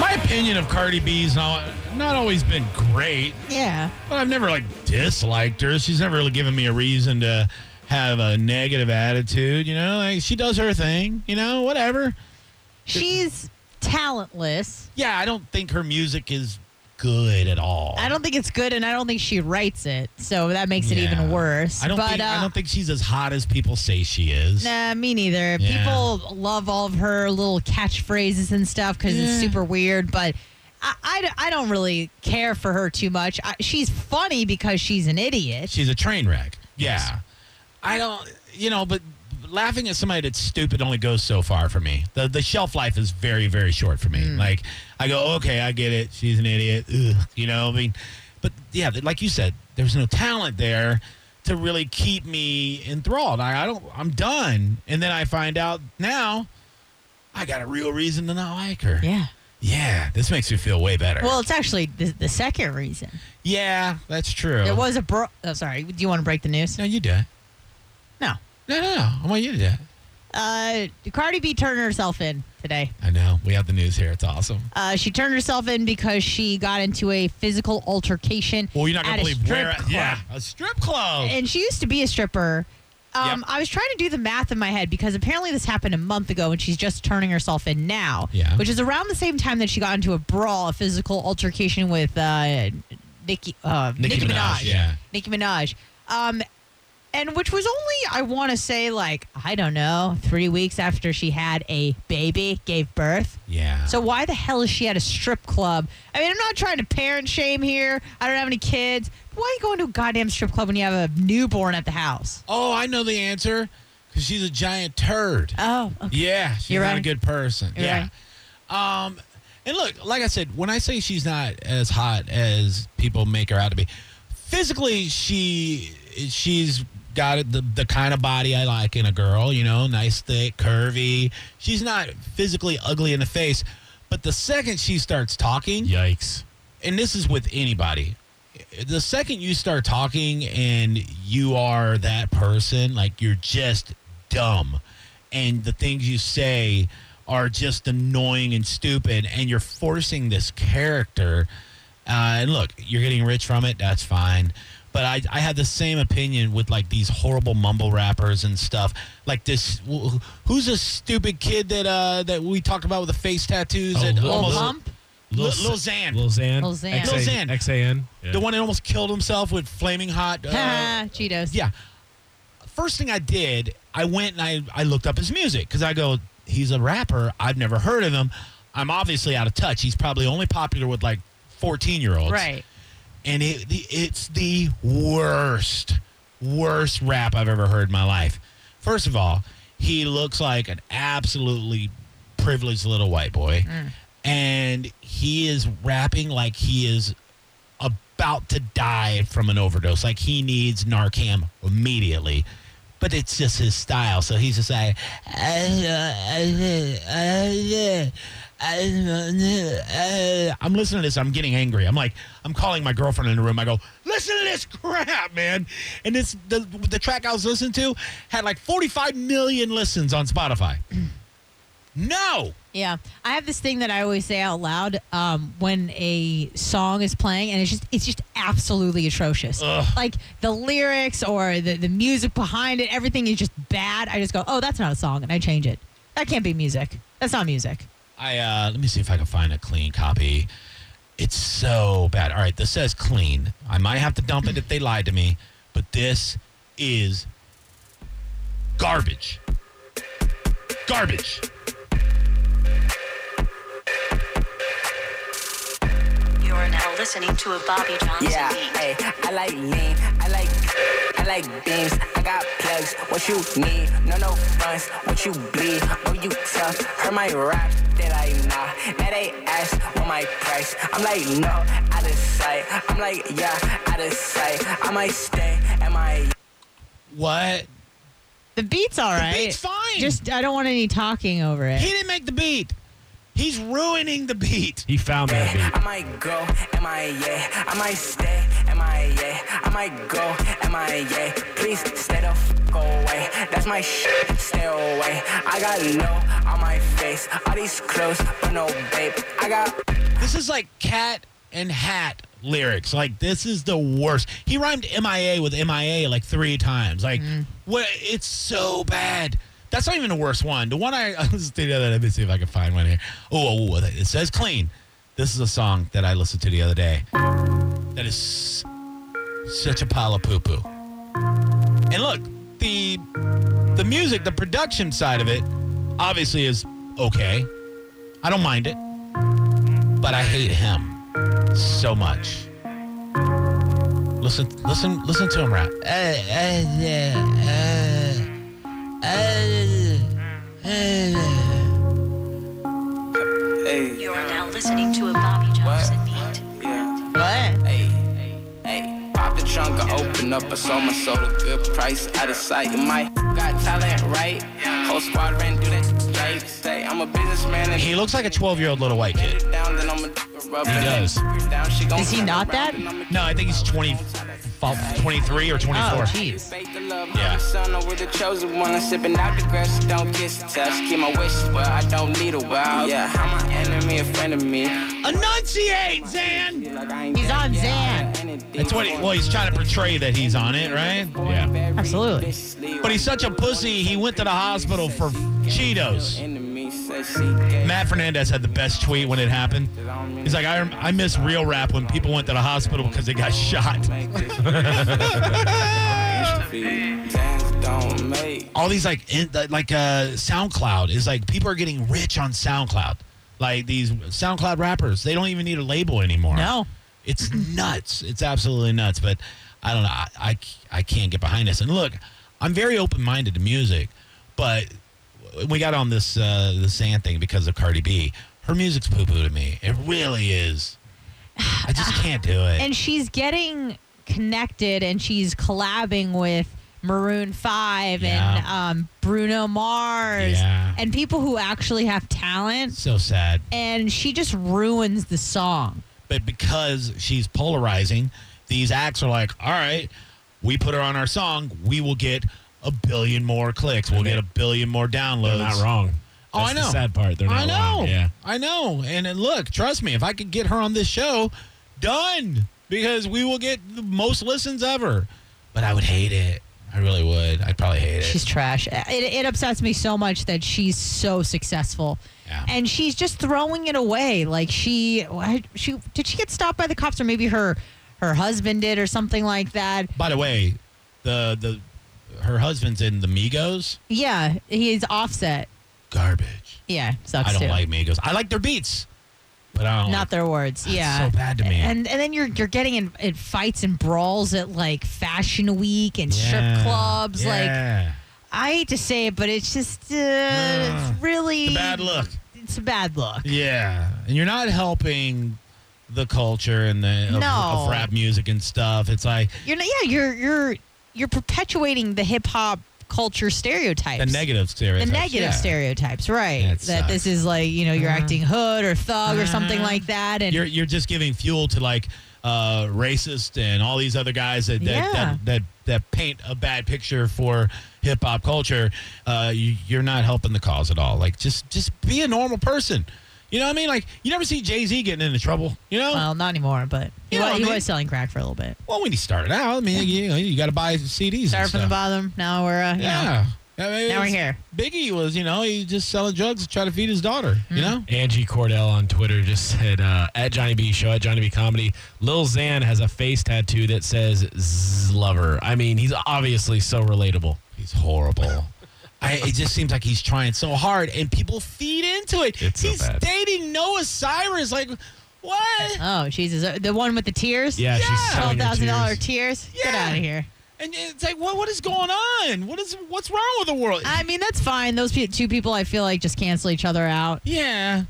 My opinion of Cardi B's not, not always been great, Yeah. but I've never like disliked her. She's never really given me a reason to have a negative attitude. You know, like she does her thing. You know, whatever. She's talentless. Yeah, I don't think her music is good at all. I don't think it's good, and I don't think she writes it, so that makes it Yeah. even worse. I don't, but think, uh, I don't think she's as hot as people say she is. Nah, me neither. Yeah. People love all of her little catchphrases and stuff because Mm. it's super weird, but I, I d- I don't really care for her too much. I, she's funny because she's an idiot. She's a train wreck. Yeah. I don't, you know, but laughing at somebody that's stupid only goes so far for me. The the shelf life is very very short for me. Mm. Like I go, okay, I get it. She's an idiot. Ugh, you know, I mean, but yeah, like you said, there's no talent there to really keep me enthralled. I, I don't. I'm done. And then I find out now, I got a real reason to not like her. yeah. Yeah, this makes me feel way better. Well, it's actually the, the second reason. yeah, that's true. There was a bro. Oh, sorry. Do you want to break the news? No, you do it. No. No, no, no. I want you to do it. Uh, Cardi B turned herself in today. I know. We have the news here. It's awesome. Uh, she turned herself in because she got into a physical altercation. Well, you're not going at to a believe strip where. club. Yeah, a strip club. And she used to be a stripper. Um, Yep. I was trying to do the math in my head because apparently this happened a month ago and she's just turning herself in now. Yeah. Which is around the same time that she got into a brawl, a physical altercation with uh, Nicki, uh, Nicki Nicki, Minaj, Minaj. yeah. Nicki Minaj. Um, and which was only, I want to say, like, I don't know, three weeks after she had a baby, gave birth. yeah. So why the hell is she at a strip club? I mean, I'm not trying to parent shame here. I don't have any kids. Why are you going to a goddamn strip club when you have a newborn at the house? oh, I know the answer. Because she's a giant turd. Oh, okay. yeah, she's You're not a right. good person. You're yeah. Um, and look, like I said, when I say she's not as hot as people make her out to be, physically she she's got it- the the kind of body I like in a girl. You know, nice, thick, curvy. She's not physically ugly in the face, but the second she starts talking, Yikes. and this is with anybody the second you start talking and you are that person like you're just dumb and the things you say are just annoying and stupid and you're forcing this character uh, and look you're getting rich from it that's fine but I, I had the same opinion with like these horrible mumble rappers and stuff like this wh- who's this stupid kid that uh that we talked about with the face tattoos Oh, and Lil Little almost bump. Lil, Lil- Lil Xan. Lil Xan. Lil Xan. XA Lil Xan. XAN. Yeah. The one that almost killed himself with flaming hot. Uh, Ha, Cheetos. yeah. First thing I did, I went and I, I looked up his music because I go, he's a rapper. I've never heard of him. I'm obviously out of touch. He's probably only popular with like 14 year olds. Right. And it, the- it's the worst, worst rap I've ever heard in my life. First of all, he looks like an absolutely privileged little white boy. And he is rapping like he is about to die from an overdose. Like he needs Narcan immediately. But it's just his style. So he's just like, I'm listening to this. I'm getting angry. I'm like, I'm calling my girlfriend in the room. I go, listen to this crap, man. And this, the, the track I was listening to had like 45 million listens on Spotify. no. Yeah. I have this thing that I always say out loud um, when a song is playing, and it's just it's just absolutely atrocious. Like the lyrics or the, the music behind it, everything is just bad. I just go, oh, that's not a song, and I change it. That can't be music. That's not music. I uh, let me see if I can find a clean copy. It's so bad. All right, this says clean. I might have to dump it if they lied to me, but this is garbage. Garbage. You are now listening to a Bobby Johnson Yeah, beat. hey, I like lean, I like, I like beans, I got plugs. What you need? No, no fronts. What you bleed? Oh, you tough. Heard my rap, did I not? Now they ask what my price. I'm like, no, out of sight. I'm like, yeah, out of sight. I might stay, am I? What? The beat's all right. beat's fine. Just I don't want any talking over He it. didn't make the beat. He's ruining the beat. He found that beat. I might go, am I yeah? I might stay, am I yeah? I might go, am I yeah? Please stay the f away. That's my shit, stay away. I got low on my face. All these clothes, but no babe. I got This is like cat and hat lyrics. Like this is the worst. He rhymed MIA with MIA like three times. Like what it's so bad. That's not even the worst one. The one I, I listened to the other day, let me see if I can find one here. Oh, oh, oh, it says clean. This is a song that I listened to the other day. That is such a pile of poo poo. And look, the the music, the production side of it, obviously is okay. I don't mind it but I hate him so much. Listen, listen, listen to him rap. Eh, eh, You are now listening to a Bobby Johnson beat. What? Hey, pop the trunk, I open up, I sold my soul a good price, out of sight. My got talent, right? Whole squad ran through that right. Say, I'm a businessman and He looks like a 12 year old little white kid. down, then I'm a rubber. He does. Is he not that? No, I think he's 20, 23 or 24. Oh, jeez. Faith and love, Yeah. yeah. son, or with the chosen one. I'm sipping out the grass, don't kiss the touch. Keep my wishes where I don't need a while. Yeah, I'm an enemy, a friend of me. Enunciate, Zan! Like, I ain't He's got- on yeah, I Xan. ain't got anything That's what he, for well, he's trying to portray that he's on it, right? Yeah. Absolutely. But he's such a pussy, he went to the hospital for Cheetos. enemy, says she gay. Matt Fernandez had the best tweet when it happened. He's like, I, I miss real rap when people went to the hospital because they got shot. Xans don't make. all these like in, like uh SoundCloud is like people are getting rich on SoundCloud. Like these SoundCloud rappers, they don't even need a label anymore. No. It's nuts. It's absolutely nuts. But I don't know. I, I, I can't get behind this. And look, I'm very open minded to music, but we got on this uh, the sand thing because of Cardi B. Her music's poo poo to me. It really is. I just can't do it. And she's getting connected and she's collabing with Maroon 5 and Yeah. um, Bruno Mars Yeah. and people who actually have talent. so sad. And she just ruins the song. but because she's polarizing, these acts are like, all right, we put her on our song, we will get a billion more clicks, we'll get a billion more downloads. They're not wrong. Oh, That's I The know. sad part. They're I not wrong. know, Yeah. I know. And, and look, trust me, if I could get her on this show, done because we will get the most listens ever. But I would hate it. I really would. I'd probably hate it. She's trash. It, it upsets me so much that she's so successful. Yeah. And she's just throwing it away. Like she, why- she did she get stopped by the cops or maybe her her husband did or something like that. By the way, the the her husband's in the Migos. Yeah, he's offset. Garbage. Yeah, sucks I don't too. like Migos. I like their beats, but I don't. like Not their words. yeah, so bad to me. And and then you're you're getting in, in fights and brawls at like Fashion Week and strip clubs. Like I hate to say it, but it's just uh, it's really the bad look. It's a bad look. Yeah, and you're not helping the culture and the of- No. of, rap music and stuff. It's like You're not. Yeah, you're you're you're perpetuating the hip hop culture stereotypes. the negative The stereotypes. negative yeah. stereotypes, right? That that this sucks. Uh-huh. is like you know you're acting hood or thug or something like that, and You're you're just giving fuel to like uh, racist and all these other guys that that, Yeah. that, that that paint a bad picture for hip hop culture. Uh, you, you're not helping the cause at all. Like just just be a normal person. You know what I mean? Like you never see Jay Z getting into trouble. You know? well, not anymore, but he, You know wa- what I he mean? was selling crack for a little bit. Well, when he started out, I mean, you, you got to buy CDs. and Started from the stuff. bottom. Now we're uh, you know, Yeah. I mean, Now we're it's- here. Biggie was, you know, he just selling drugs to try to feed his daughter. Mm-hmm. You know, Angie Cordell on Twitter just said uh, at Johnny B Show at Johnny B Comedy. Lil Xan has a face tattoo that says "Zzz, "lover." I mean, he's obviously so relatable. he's horrible. I, it just seems like he's trying so hard, and people feed into it. It's so he's bad. dating Noah Cyrus. Like, what? Oh Jesus! Uh, The one with the tears. Yeah, she's selling twelve her thousand dollar tears. tears. Get Yeah. out of here. And it's like, what what is going on? What is what's wrong with the world? I mean, that's fine. Those pe- two people, I feel like, just cancel each other out. Yeah,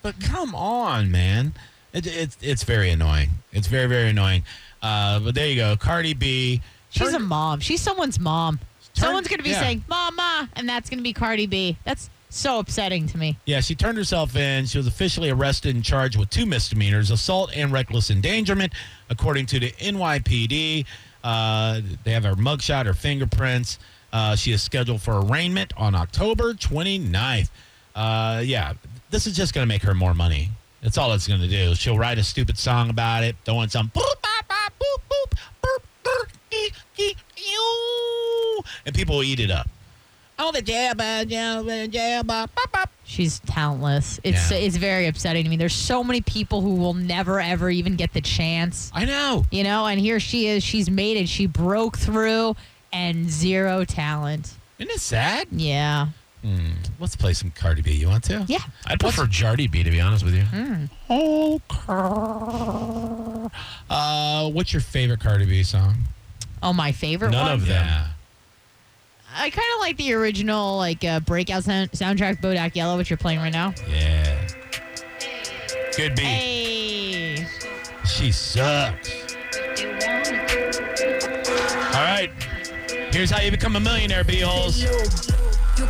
but come on, man. It, it's it's very annoying. It's very very annoying. Uh, but there you go, Cardi B. She's Turn- a mom. She's someone's mom. Turn- Someone's going to be yeah. saying, Mama, and that's going to be Cardi B. That's so upsetting to me. Yeah, she turned herself in. She was officially arrested and charged with two misdemeanors assault and reckless endangerment, according to the NYPD. Uh, they have her mugshot, her fingerprints. Uh, she is scheduled for arraignment on October 29th. Uh, yeah, this is just going to make her more money. That's all it's going to do. She'll write a stupid song about it, throwing some boop, bop, bop, boop, boop, burp, burp, ee, ee, ew, and people will eat it up. Oh, the jabba, jabba, jabba, bop, bop. She's talentless. It's Yeah. it's very upsetting to me. There's so many people who will never ever even get the chance. I know. You know, and here she is. She's made it. She broke through and zero talent. Isn't it sad? Yeah. Let's play some Cardi B. You want to? Yeah. Hmm. I'd prefer Jardy B to be honest with you. Oh, Cardi. Uh, what's your favorite Cardi B song? Oh, my favorite None one. of them. I kind of like the original like uh, breakout sound- soundtrack Bodak Yellow, which you're playing right now. Yeah. Good beat. Hey. She sucks. All right. Here's how you become a millionaire, B-holes. You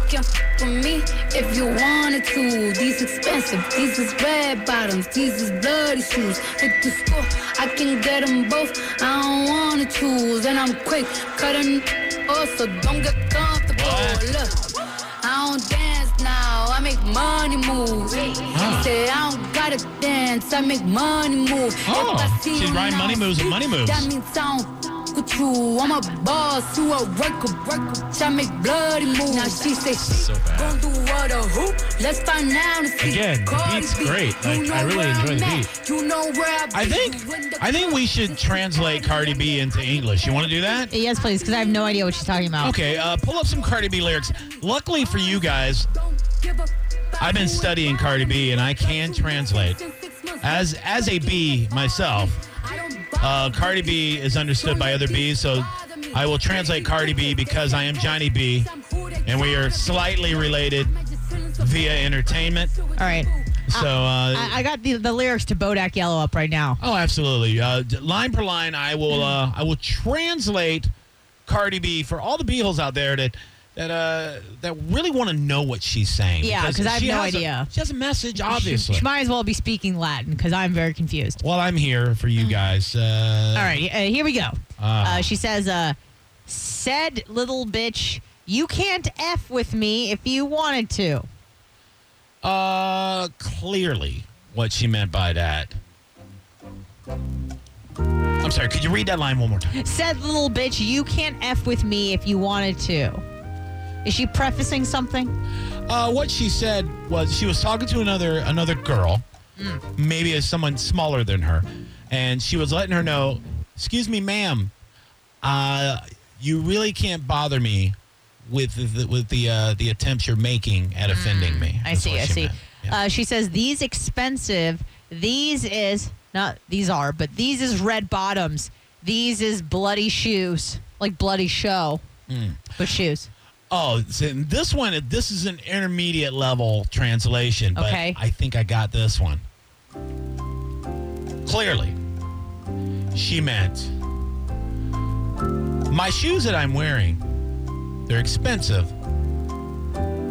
can f with me if you wanted to. These expensive, these is red bottoms, these is bloody shoes. Hit the score, I can get them both. I don't wanna choose, and I'm quick cutting off, so don't get comfortable. What? Look, I don't dance now, I make money moves. She Say I don't gotta dance, I make money move. Oh, If I see she's you riding now, money moves with money moves. That means I don't f- with you. I'm a boss, you a worker, worker. I make bloody moves. Now she say she So bad. gon' do what a who? Let's find out. and see. Again, the Cardi beat's B, great. you Like, I know really where enjoy I'm the at. beat. You know where I, I be. think You in the I think we should translate Cardi B into English. You want to do that? Yes, please, because I have no idea what she's talking about. Okay, uh, pull up some Cardi B lyrics. Luckily for you guys, I've been studying Cardi B and I can translate. As as a B myself, uh, Cardi B is understood by other Bs, so I will translate Cardi B because I am Johnny B, and we are slightly related via entertainment. All right. So, uh, I, I got the, the lyrics to Bodak Yellow up right now. oh, absolutely, uh, d- line per line, I will Mm. uh, I will translate Cardi B for all the beeholes out there that. That uh, that really want to know what she's saying. Yeah, 'cause I have she no has a- idea. she has a message, She, obviously. she might as well be speaking Latin because I'm very confused. Well, I'm here for Mm. you guys. Uh, All right, uh, here we go. Ah. Uh, she says, uh, "Said little bitch, you can't f with me if you wanted to." Uh, clearly, what she meant by that. I'm sorry. Could you read that line one more time? Said little bitch, you can't f with me if you wanted to. Is she prefacing something? Uh, what she said was she was talking to another another girl, Hmm. maybe as someone smaller than her, and she was letting her know, "Excuse me, ma'am, uh, you really can't bother me with the, with the uh, the attempts you're making at offending me." Hmm. I is see. what I she see. meant. Yeah. Uh, she says these expensive. These is not these are, but these is red bottoms. These is bloody shoes, like bloody show, but shoes. Oh, so this one, this is an intermediate level translation, but Okay. I think I got this one. Clearly, she meant my shoes that I'm wearing, they're expensive,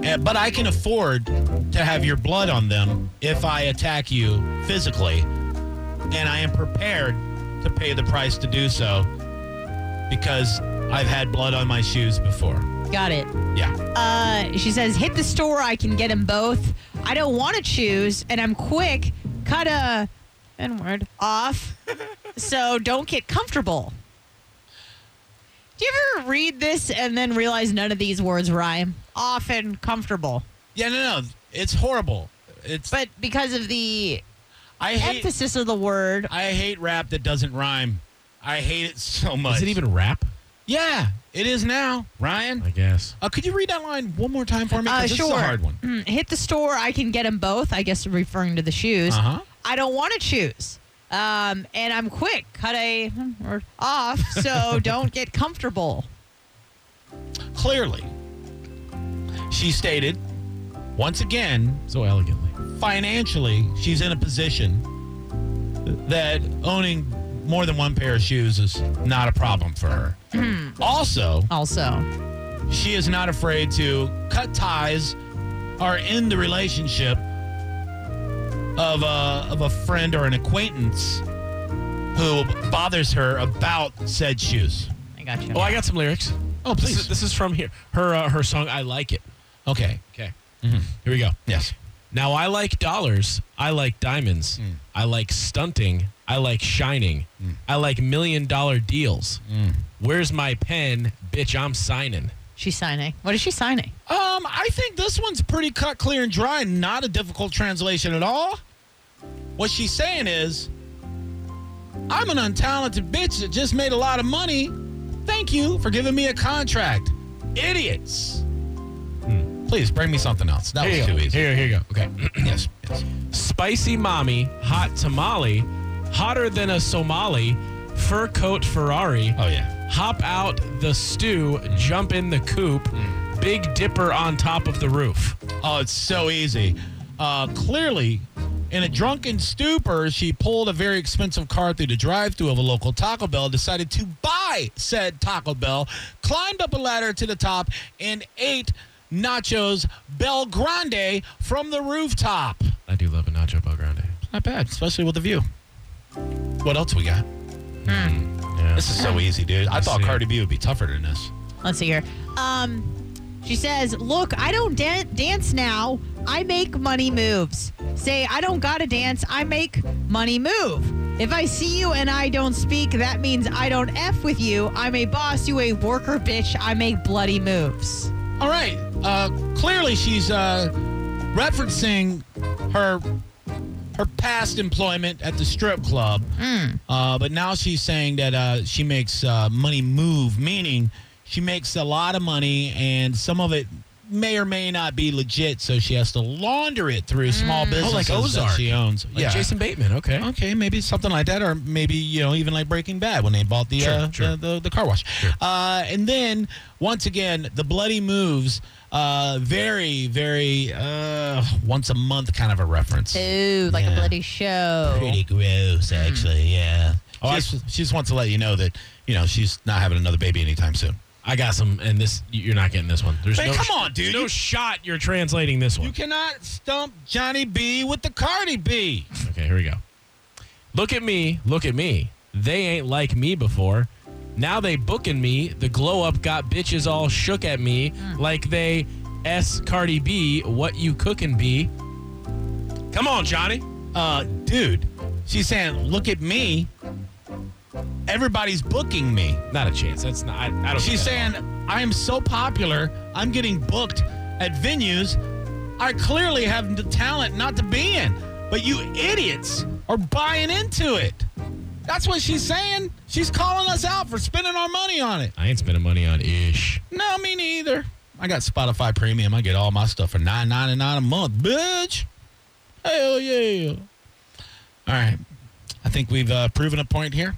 eh, but I can afford to have your blood on them if I attack you physically, and I am prepared to pay the price to do so because I've had blood on my shoes before. Got it. Yeah. Uh, she says, "Hit the store. I can get them both. I don't want to choose, and I'm quick. Cut a n word off, so don't get comfortable." Do you ever read this and then realize none of these words rhyme? Often comfortable, Yeah, no, no, it's horrible. It's but because of the I hate emphasis of the word, I hate rap that doesn't rhyme. I hate it so much. Is it even rap? Yeah, it is now, Ryan. I guess. Uh, could you read that line one more time for me? 'Cause Uh, this is sure. a hard one. Mm, hit the store. I can get them both. I guess referring to the shoes. Uh-huh. I don't want to choose, Um, and I'm quick, cut a hmm, or off, so don't get comfortable. Clearly, she stated once again So elegantly. financially, she's in a position that owning more than one pair of shoes is not a problem for her. Hmm. also, Also, she is not afraid to cut ties or end the relationship of a, of a friend or an acquaintance who bothers her about said shoes. I got you. Oh, I got some lyrics. Oh, This is, this is from here. Her uh, her song "I Like It." Okay. Okay. Here we go. Yes. Now I like dollars. I like diamonds. I like stunting. I like shining. I like million dollar deals. Where's my pen, bitch? I'm signing. She's signing. What is she signing? Um, I think this one's pretty cut, clear, and dry. Not a difficult translation at all. What she's saying is, I'm an untalented bitch that just made a lot of money. Thank you for giving me a contract. Idiots. Please bring me something else. That Hmm. Here was you too go. easy. Here, here you go. Okay. yes, yes. Spicy mommy, hot tamale, hotter than a Somali, fur coat Ferrari. Oh yeah. Hop out the stew, jump in the coop, Big Dipper on top of the roof. Oh, it's so easy. Uh, clearly, in a drunken stupor, she pulled a very expensive car through the drive-through of a local Taco Bell, decided to buy said Taco Bell, climbed up a ladder to the top, and ate nachos Bel Grande from the rooftop. I do love a nacho bel grande. Not bad, especially with the view. What else we got? Mm, Hmm. Yeah. This is so easy, dude. I thought see. Cardi B would be tougher than this. Let's see here. Um, she says, "Look, I don't dan- dance now. I make money moves. Say I don't gotta dance. I make money move. If I see you and I don't speak, that means I don't f with you. I'm a boss. You a worker, bitch. I make bloody moves. All right. Uh, clearly, she's uh, referencing her her past employment at the strip club, Hmm. uh, but now she's saying that uh, she makes uh, money move, meaning she makes a lot of money, and some of it may or may not be legit, so she has to launder it through small businesses Hmm. Oh, like that Ozark. she owns. Like Jason Bateman. Okay. Okay, maybe something like that, or maybe you know, even like Breaking Bad when they bought the Sure, uh, sure. The, the the car wash. Uh, and then once again, the bloody moves. Uh, very very uh, once a month kind of a reference. Ooh, like Yeah. a bloody Hmm. show. Pretty gross, actually. Yeah. Oh, I- she, she just wants to let you know that you know she's not having another baby anytime soon. I got some, and this you're not getting this one. There's Man, no come on, dude. there's no You- shot you're translating this You one. cannot stump Johnny B with the Cardi B. Okay, here we go. Look at me, look at me. They ain't like me before. Now they booking me. The glow up got bitches all shook at me like they s Cardi B. What you cooking, B? Come on, Johnny. Uh, dude, she's saying, "Look at me. Everybody's booking me." Not a chance. That's not. I, I don't. She's get that at saying, I am so popular, I'm getting booked at venues I clearly have the talent not to be in, but you idiots are buying into it. That's what she's saying. She's calling us out for spending our money on it. all. I ain't spending money on ish. No, me neither. I got Spotify Premium. I get all my stuff for nine ninety nine a month, bitch. Hell yeah! All right, I think we've uh, proven a point here.